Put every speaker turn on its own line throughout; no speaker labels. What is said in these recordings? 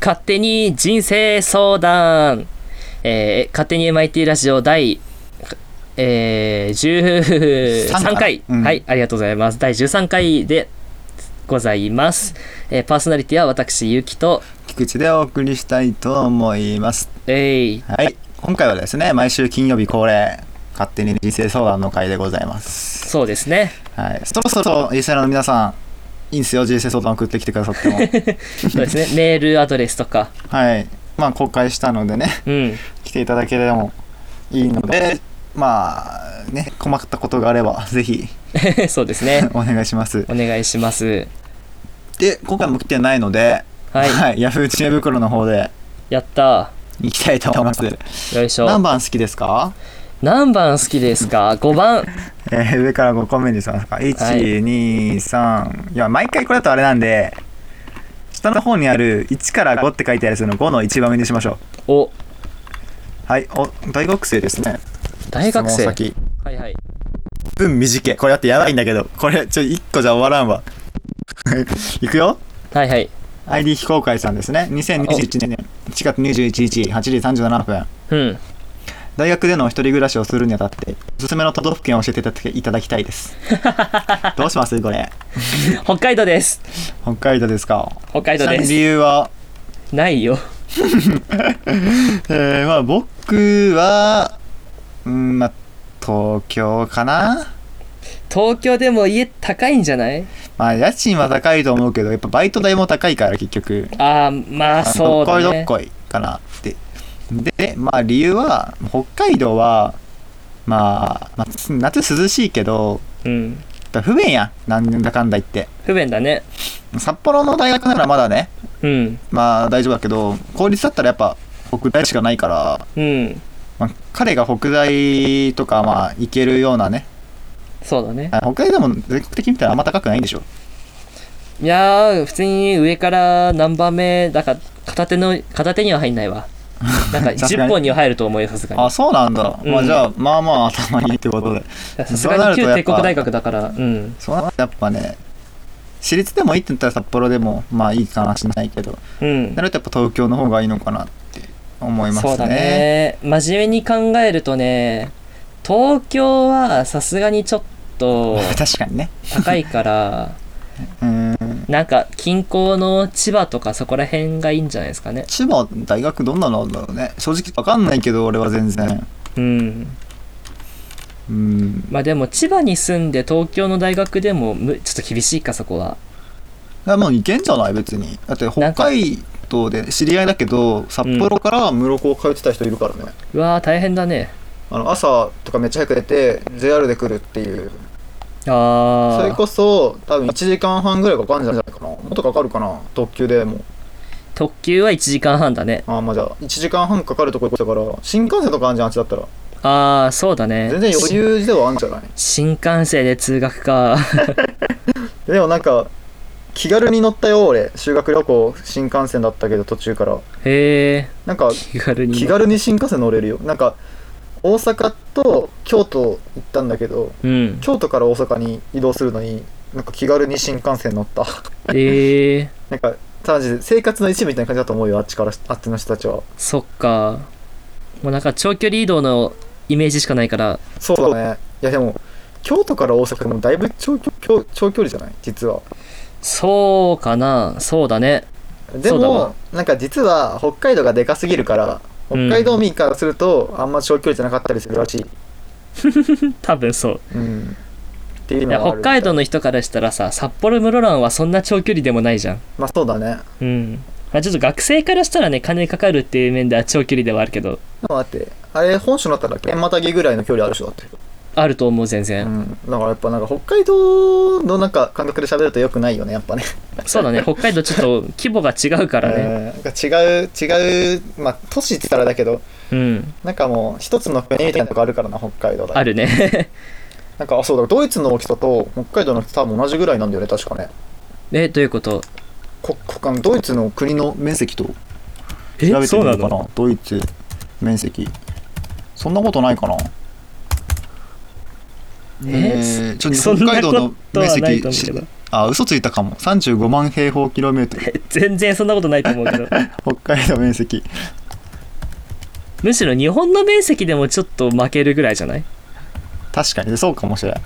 勝手に人生相談、えー勝手に MIT ラジオ第、えー、
三
13回、
回うん
はい、ありがとうございます。第13回でございます。えーパーソナリティは私、ゆきと、
菊池でお送りしたいと思います。
えい、
はい。今回はですね、毎週金曜日恒例、勝手に人生相談の会でございます。
そうですね。
はい。そろそろ、リスナーの皆さん、いいんですよ、人生相談送ってきてくださっ ても。
そうです ね。メールアドレスとか。
はい。まあ、公開したのでね、
うん。
来ていただければもいいので、まあ、ね、困ったことがあれば、ぜひ、
そうですね。
お願いします。
お願いします。
で、今回も来てないので、
はい。
い。ヤフー知恵袋の方で、
やった
行きたいと思います。
ー。よいしょ。
何番好きですか
何番好きですか ?5 番。
えー 上から5個目にしますか
はい
123いや毎回これだとあれなんで下の方にある1から5って書いてあるやつの5の1番目にしましょ
お、
うはいお大学生ですね
大学
質
生。
問先
はいはい。
分短いこれだってやばいんだけどこれちょ1個じゃ終わらんわ いくよ
はいはい。
ID 非公開さんですね2021年1月21日8時37分
うん。
大学での一人暮らしをするにあたっておすすめの都道府県を教えていただきいただきたいです どうしますこれ
北海道です。
北海道ですか
北海道で
理
す。
由は
ないよ。
えー、まあ僕はうんまあ東京かな
東京でも家高いんじゃない
まあ家賃は高いと思うけどやっぱバイト代も高いから結局
ああ、まあそうだね。
どっこいどっこいかなってでまあ理由は北海道はまあ、まあつ夏涼しいけど
うん。
やっぱ不便やんなんだかんだ言って
不便だね。
札幌の大学ならまだね
うん。
まあ大丈夫だけど公立だったらやっぱ北大しかないから、
うん。
まあ、彼が北大とかまあ行けるようなね
そうだね。
あ北海道も全国的に見たらあんま高くないんでしょ
いやー、普通に上から何番目だか、片手の、片手には入んない わ。なんか
さすが
10
に
本には入ると思うよ、さすが
あそうなんだ、
うん
まあじゃあまあまあ頭いいってことで
に。さすがに旧帝国大学だから、うん。
そうなるとやっぱね私立でもいいって言ったら札幌でもまあいいかなしないけど
うん
な。るとやっぱ東京の方がいいのかなって思いますね
そうだね真面目に考えるとね東京はさすがにちょっと
確かにね
高いから
うーん
なんか近郊の千葉とかそこら辺がいいんじゃないですかね
千葉大学どんなのあるんだろうね正直わかんないけど俺は全然
うん
うん
まあでも千葉に住んで東京の大学でもむちょっと厳しいかそこはい
やもういけんじゃない別にだって北海道で知り合いだけど札幌から室子を通ってた人いるからね、
うわー大変だね
あの朝とかめっちゃ早く出て JR で来るっていうそれ
ああ
こそ多分1時間半ぐらいかかるんじゃないかなもっとかかるかな特急でも
特急は1時間半だね
ああまあじゃあ1時間半かかるとこ行ってたから新幹線とかあんじゃんあっちだったら
ああそうだね
全然余裕ではあんじゃない
新幹線で通学か
でもなんか気軽に乗ったよ俺修学旅行新幹線だったけど途中から
へえ
なんか
気軽に
気軽に新幹線乗れるよなんか大阪と京都行ったんだけど
うん
京都から大阪に移動するのになんか気軽に新幹線乗った
ええー、
なんか、マジで生活の一部みたいな感じだと思うよ、あっちから、あっちの人たちは。
そっか。もうなんか長距離移動のイメージしかないから、
そうだね。いや、でも、京都から大阪もだいぶ長距長長距離じゃない実は。
そうかな、そうだね。
で
そうだ
も
わ、
なんか実は北海道がでかすぎるから、北海道民からすると、あんま長距離じゃなかったりするらしい。
多分そう。
うん。っていう
い
の
や、
はある
北海道の人からしたらさ、札幌室蘭はそんな長距離でもないじゃん。
まあそうだね。
うん。まあ、ちょっと学生からしたらね、金かかるっていう面では長距離ではあるけど、
でもだって、あれ、本州だったら県またぎぐらいの距離あるでしょ、だって。
あると思う、全然。
うん。だからやっぱなんか北海道のなんか感覚で喋ると良くないよね、やっぱね。
そうだね、北海道ちょっと規模が違うからね。
うんなんか違う、違う、まあ都市って言ったらだけど、
うん。
なんかもう一つの国みたいなとこあるからな北海道だ
あるね。
なんかあそうだドイツの大きさと北海道の大きさ多分同じぐらいなんだよね確かね
え、どういうこと
ここドイツの国の面積と調
え、そうなの
なドイツ面積そんなことないかな
えー
ちょっと
そん
北
な
海道
こ
の
と
面
はない
積
と思う
し
けど。
あ嘘ついたかも35万平方キロメートル
全然そんなことないと思うけ ど
北海道面積
むしろ日本の面積でもちょっと負けるぐらいじゃない
確かにそうかもしれない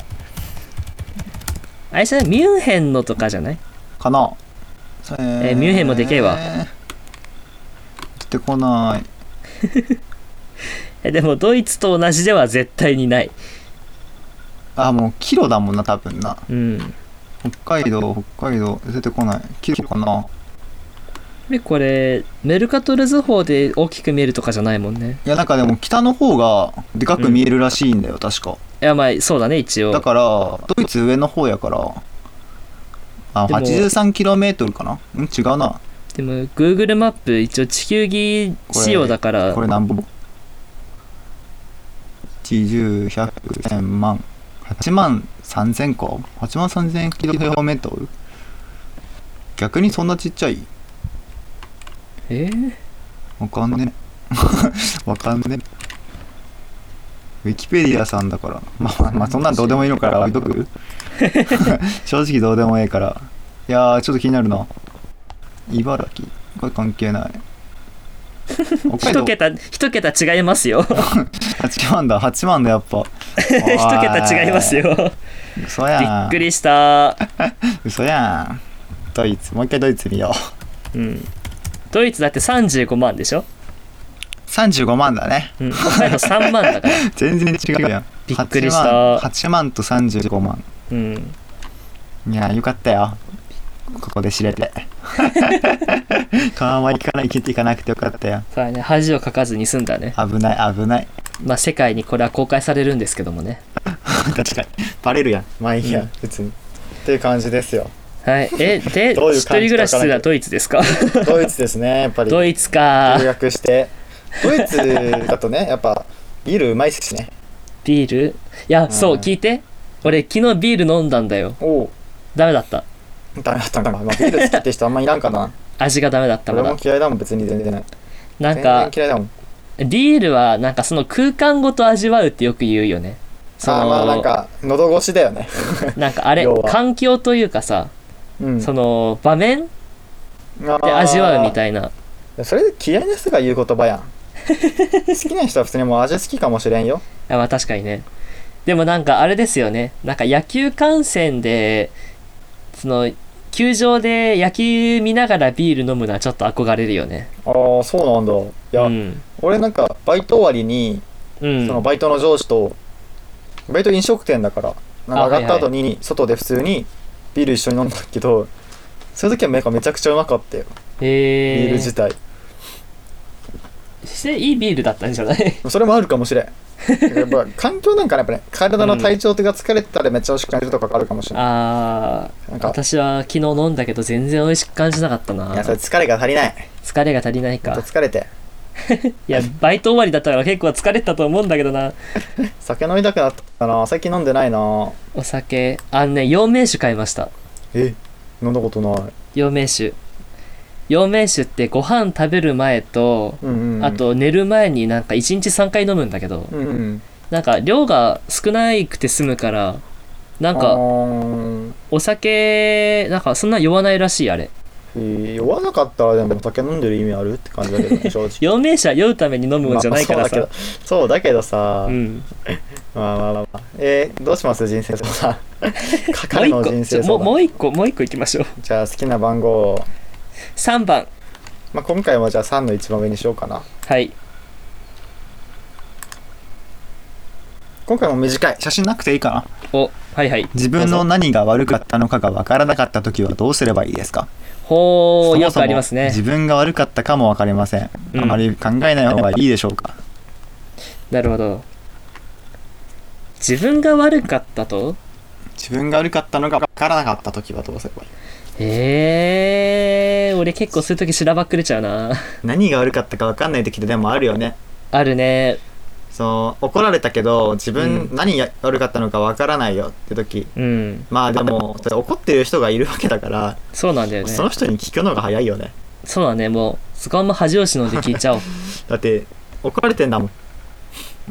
あれじゃないミュンヘンのとかじゃない
かな
えーミュンヘンもでけえわ
出てこない
えでもドイツと同じでは絶対にない
あもうキロだもんな多分な
うん
北海道北海道出てこないキロかな
でこれメルカトル図法で大きく見えるとかじゃないもんね
いやなんかでも北の方がでかく見えるらしいんだよ、確か
いやまあそうだね一応
だからドイツ上の方やからあ
でも
83km かなうん違うな
でも Google マップ一応地球儀仕様だから
これ何本101001000万8万3000個8万3000キロ平方メートル逆にそんなちっちゃい
えー
わかんね えわかんねえウィキペディアさんだからまあまあそんなんどうでもいいのから置いと く正直どうでもええからいやーちょっと気になるな茨城これ関係ない 北海道
一桁一桁違いますよ
8万だ8万だやっぱ
一桁違いますよび
嘘や
っ
ん
くりした
嘘やんドイツもう一回ドイツ見よう
うんドイツだって35万でしょ、
35万だね
うん、北海道3万だから、
全然違うやん
びっくりし
8万
た
8万と35万
うん、
いやよかったよここで知れ て川まり行かない行かなくてよかったよ
そうやね恥をかかずに済んだね
危ない危ない
まあ世界にこれは公開されるんですけどもね
確かにバレるやんまあいい
う
や、
ん
別にっていう感じですよ
はいえで
どういう感じ
一人暮らしするのはドイツですか
ドイツですねやっぱり
ドイツか
留学してドイツだとねやっぱビールうまいっすしね
ビールいや、
ん
そう聞いて俺昨日ビール飲んだんだよ
おお
ダメだった
ダメだったんだ、まあ、ビール好きって人あんまいらんかな
味がダメだった
俺
ま
も
だ
嫌いだもん別に全然
な
全
んか
然嫌いだもん
ビールはなんかその空間ごと味わうってよく言うよねそ
あー
の
まあなんか喉越しだよね
なんかあれ
要は
環境というかさ、
うん
その場面で
で
味わうみたいな
それで嫌いな人が言う言葉やん好きな人は普通にもう味好きかもしれんよ
あまあ確かにねでもなんかあれですよねなんか野球観戦でその球場で野球見ながらビール飲むのはちょっと憧れるよね
ああそうなんだいや、
うん、
俺なんかバイト終わりに、
うん、
そのバイトの上司とバイト飲食店だからなんか上がった後に外で普通にビール一緒に飲んだけど、そういう時はなんかめちゃくちゃうまかったよ、ビール
え
自体
ー、していいビールだったんじゃない
それもあるかもしれんやっぱ環境なんかねやっぱね体の体調が疲れてたらめっちゃ美味しく感じるとかあるかもしれない
あー
なんか
私は昨日飲んだけど全然美味しく感じなかった
い
な
やそれ疲れが足りない
疲れが足りない
ちょっ
か
と疲れて
いやバイト終わりだったから結構疲れてたと思うんだけどな
酒飲みたくなったな最近飲んでないな
お酒あのね陽明酒買いました
え飲んだことない
陽明酒陽明酒ってご飯食べる前と、
うんうんうん
あと寝る前になんか1日3回飲むんだけど、
うんうん
なんか量が少ないくて済むからなん
あ
か
ー
お酒なんかそんな酔わないらしいあれ
えー酔わなかったらでも酒飲んでる意味あるって感じだけど ね正直
陽明酒は酔うために飲むもんじゃないからさ、
まあそうだけどそうだけどさ、
うん、
まあまあまあまあえーどうします人生相談 か彼
も
の
う
人
一個
生
も
相
うも
談
う一個もう一個いきましょう
じゃあ好きな番号を、
3番
まあ、今回はじゃあ3の一番上にしようかな
はい
今回も短い写真なくていいかな
おはいはい
自分の何が悪かったのかが分からなかった時はどうすればいいですか
ほう
そもそも
よくありますね
自分が悪かったかも分かりません、
うん
あまり考えない方がいいでしょうか
なるほど自分が悪かったと
自分が悪かったのが分からなかった時はどうすればいい
えー、俺結構そういう時しらばっくれちゃうな
何が悪かったか分かんない時ってでもあるよね
あるね
その怒られたけど自分
う
何が悪かったのか分からないよって時、
うん
まあでもそれ怒ってる人がいるわけだから、
そうなんだよね
その人に聞くのが早いよね
そうだねもうそこはもう恥を忍んで聞いちゃおう
だって怒られてんだもん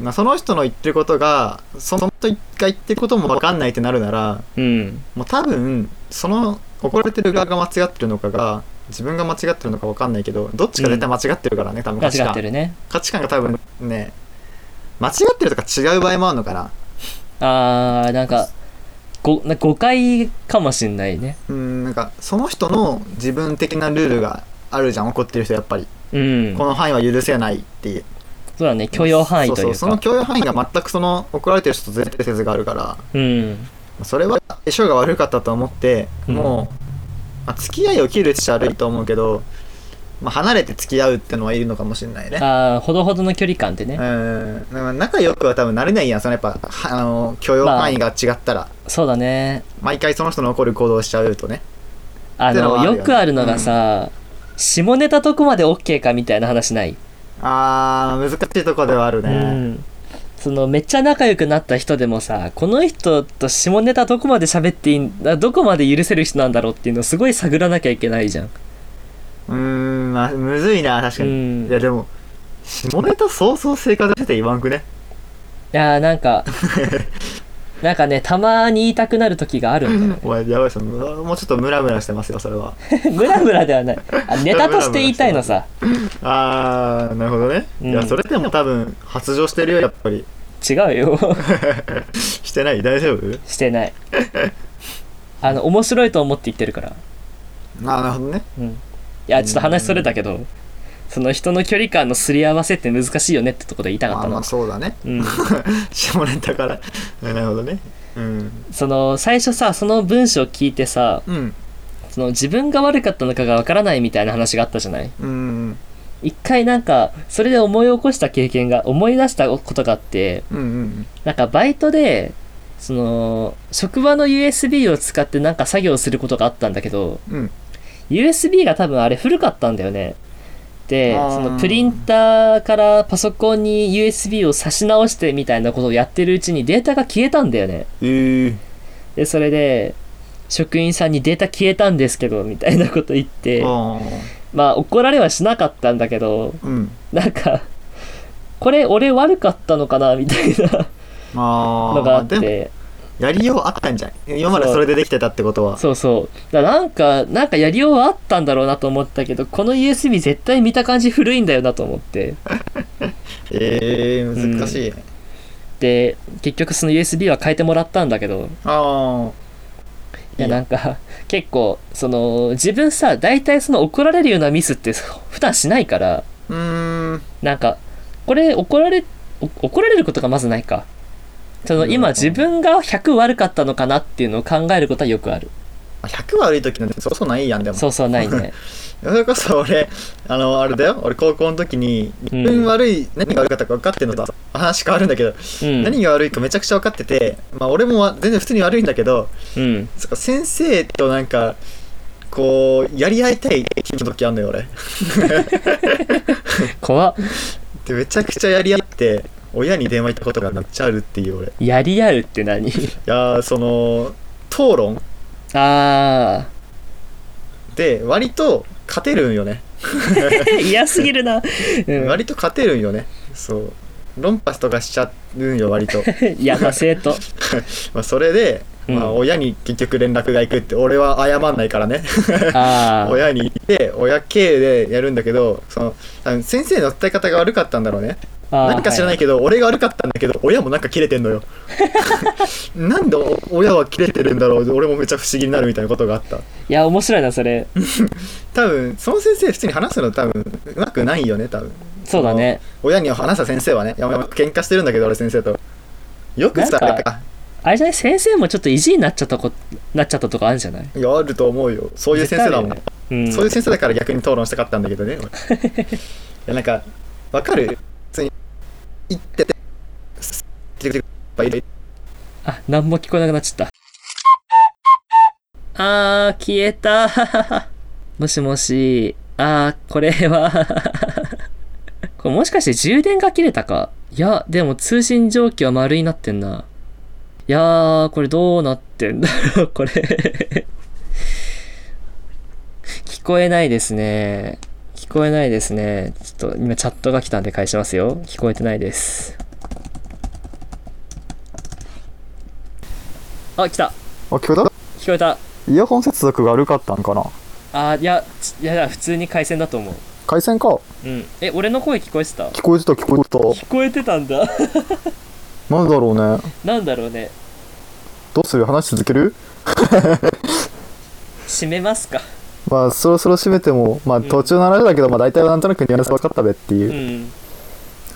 まあ、その人の言ってることがその人が言ってることも分かんないってなるなら
うん
もう多分その怒られてる側が間違ってるのかが自分が間違ってるのか分かんないけどどっちか絶対間違ってるからね、多分
間
価値
違って
観
るね。
価値観が多分ね間違ってるとか違う場合もあるのかな
あー、なんか、ごな誤解かもしんないね。
うんなんかその人の自分的なルールがあるじゃん怒ってる人やっぱり、
うん
この範囲は許せないっていう
そうだね、許容範囲と
そ
いう
そううその
か。
許容範囲が全くその怒られてる人とずれてる説があるから
うん
それは相性が悪かったと思って、
うん
もう、まあ、付き合いを切るっちゃ悪いと思うけど、まあ、離れて付き合うってのはいるのかもしれないね
あー、ほどほどの距離感って
う
ね。
んなんか仲良くは多分なれないやんそのやっぱはあの許容範囲が違ったら、
そうだね。
毎回その人の怒る行動をしちゃうとね
あ
ってのは
の、
あるよ
よ
ね
くあるのがさ、下ネタどこまで OK かみたいな話ない。
あー難しいとこではあるね、
うんそのめっちゃ仲良くなった人でもさこの人と下ネタどこまで喋っていいんだどこまで許せる人なんだろうっていうのをすごい探らなきゃいけないじゃん
うーん、まあ、むずいな、確かに。
うん
いや、でも、下ネタそうそう生活してて言わんくね。
いやーなんかなんかねたまに言いたくなる時があるんだよね
お前、やばいそのもうちょっとムラムラしてますよ、それは。
ムラムラではないあネタとして言いたいのさ
あー、なるほどね。
うん
いや、それでも多分、発情してるよ、やっぱり。
違うよ
してない大丈夫
してないあの面白いと思って言ってるから
あー、なるほどね。
うんいやちょっと話それたけどその人の距離感のすり合わせって難しいよねってとこで言いたかっ
まあ
たの、
まあ、そうだね。
うん
下ネタから。 なるほどね。うん。
その最初さその文章を聞いてさ
うん。
その自分が悪かったのかがわからないみたいな話があったじゃない
うん。
一回なんかそれで思い起こした経験が思い出したことがあって
うん。うん。
なんかバイトでその職場の USB を使ってなんか作業することがあったんだけど
うん。
USB が多分あれ古かったんだよねで
あー
そのプリンターからパソコンに USB を差し直してみたいなことをやってるうちにデータが消えたんだよね
ええ
でそれで職員さんにデータ消えたんですけどみたいなこと言って
あ
まあ怒られはしなかったんだけど
ー。うん。
なんかこれ俺悪かったのかなみたいな
あ
の
ー
があっ
でも、
て
やりようあったんじゃん。今までそれでできてたってことは。
そうそうだからなんかなんかやりようはあったんだろうなと思ったけどこの USB 絶対見た感じ古いんだよなと思って
ええ難しいね。
で結局その USB は変えてもらったんだけど
あ
い
い
や
や
なんか結構その自分さ大体その怒られるようなミスって普段しないから
あ、うーん、
なんかこれ怒られお怒られることがまずないかその今
うん
自分が100悪かったのかなっていうのを考えることはよくある
100悪い時なんてそうそうないやん、でも。
そうそうない ね
それこそ俺、あの、あれだよ、俺高校の時に、
うん
自分悪い、何が悪かったか分かってんのと、話変わるんだけど、
うん
何が悪いかめちゃくちゃ分かってて、まあ俺もわ全然普通に悪いんだけど、
うん
そっか先生となんか、こう、やり合いたい気分の時あんのよ、俺。
怖っ
で、めちゃくちゃやり合って、親に電話行ったことがめっちゃあるっていう、俺。い
やり合うって 何
やー、その、討論
あ
で、割と勝てるんよね。
ー嫌すぎるな、うん、
割と勝てるんよねそう論破とかしちゃうんよ 割と
嫌な生 徒
まあそれで、
うん
まあ、親に結局連絡が行くって俺は謝んないからね
あー
親に行って親経由でやるんだけどその多分先生の伝え方が悪かったんだろうね
あー
何か知らないけど、俺が悪かったんだけど親もなんか切れてんのよ なんで親は切れてるんだろう俺もめっちゃ不思議になるみたいなことがあった
はい、いや面白いなそれ
多分その先生普通に話すの多分うまくないよね多分
そうだね
親に話した先生はね、いや喧嘩してるんだけど、俺先生と。よくさ、
なんか
やっぱ
あれじゃない先生もちょっと意地になっちゃったこなっちゃったとこあるんじゃない
いやあると思うよ。そういう先生だもん、
絶対うん
そういう先生だから逆に討論したかったんだけどね。俺い や、なんか、わかる普通に、行ってて、すってくればいい
あ、何も聞こえなくなっちゃった。あー、消えた。 もしもし。あー、これは。 これもしかして充電が切れたかいや、でも通信状況は丸になってんな。いやー、これどうなってんだろう、 これ。聞こえないですね。聞こえないですね。ちょっと今チャットが来たんで返しますよ。聞こえてないです。あ、来た。
あ、聞
聞
こ
こえた。
えたイヤホン接続が悪かったんかな
あー、いや、ちいやいや、普通に回線だと思う。
回線か。
うん。え、俺の声聞こえてた
聞こえてた聞こえて
聞こえてたんだ。
た。なんだろうね。
なんだろうね。
どうする話続ける
閉めますか。
まあ、そろそろ締めても、まあ、
ん
途中の話だけど、まあ、大体なんとなくニュアンス分かったべっていうう。
ん。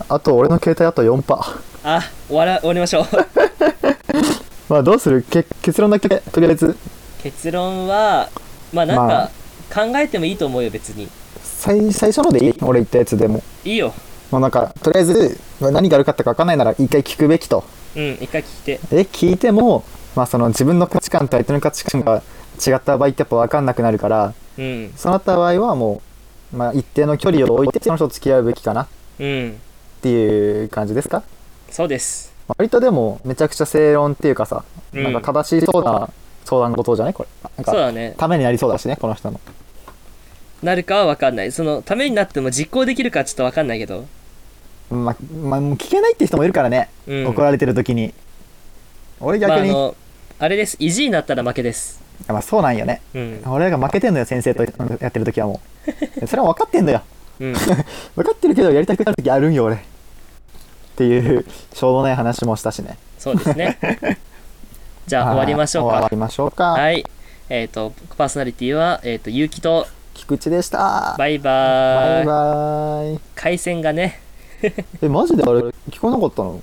あと、俺の携帯あと4パ。
あ、終わら、終わりましょ う。
まあ、どうするけ結論だけ、とりあえず。
結論は、まあなん
ま
か、考えてもいいと思うよ、別に。
最、最初のでいい俺言ったやつでも。
いいよ。
もうなんか、とりあえず、まあ何が悪かったか分かんないなら、一回聞くべきと。
うん、一回聞いて。
え、聞いても、まあ、その自分の価値観と相手の価値観が違った場合ってやっぱ分かんなくなるから、
うん。
そうなった場合はもう、まあ、一定の距離を置いて、その人と付き合うべきかなっ
うん。
ていう感じですか
そうです。
割とでもめちゃくちゃ正論っていうかさ、
うん
なんか正しそうな相談事じゃないこれなん
そう
か
だね。
ためになりそうだしねこの人の
なるかは分かんない。その、ためになっても実行できるかちょっと分かんないけど。
まあ、まあ、もう聞けないって人もいるからね、
うん。
怒られてる時に俺逆に、
まあ、あ
ま
の、あれです。意地になったら負けです。
あ、そうなんよね
うん。
俺らが負けてんのよ先生とやってる時はもうそれは分かってんのよ
うん。
分かってるけどやりたくなる時あるんよ俺っていうしょうもない話もしたしね
そうですね。じゃあ、
はい
終わりましょう
終わ
か。
りましょうか、
はい。えっ、と、パーソナリティは、えっ、と、ゆうきと、
菊池でした
バイバーイ。
バイバイ
回線がね、
えマジであれ聞こえなかったの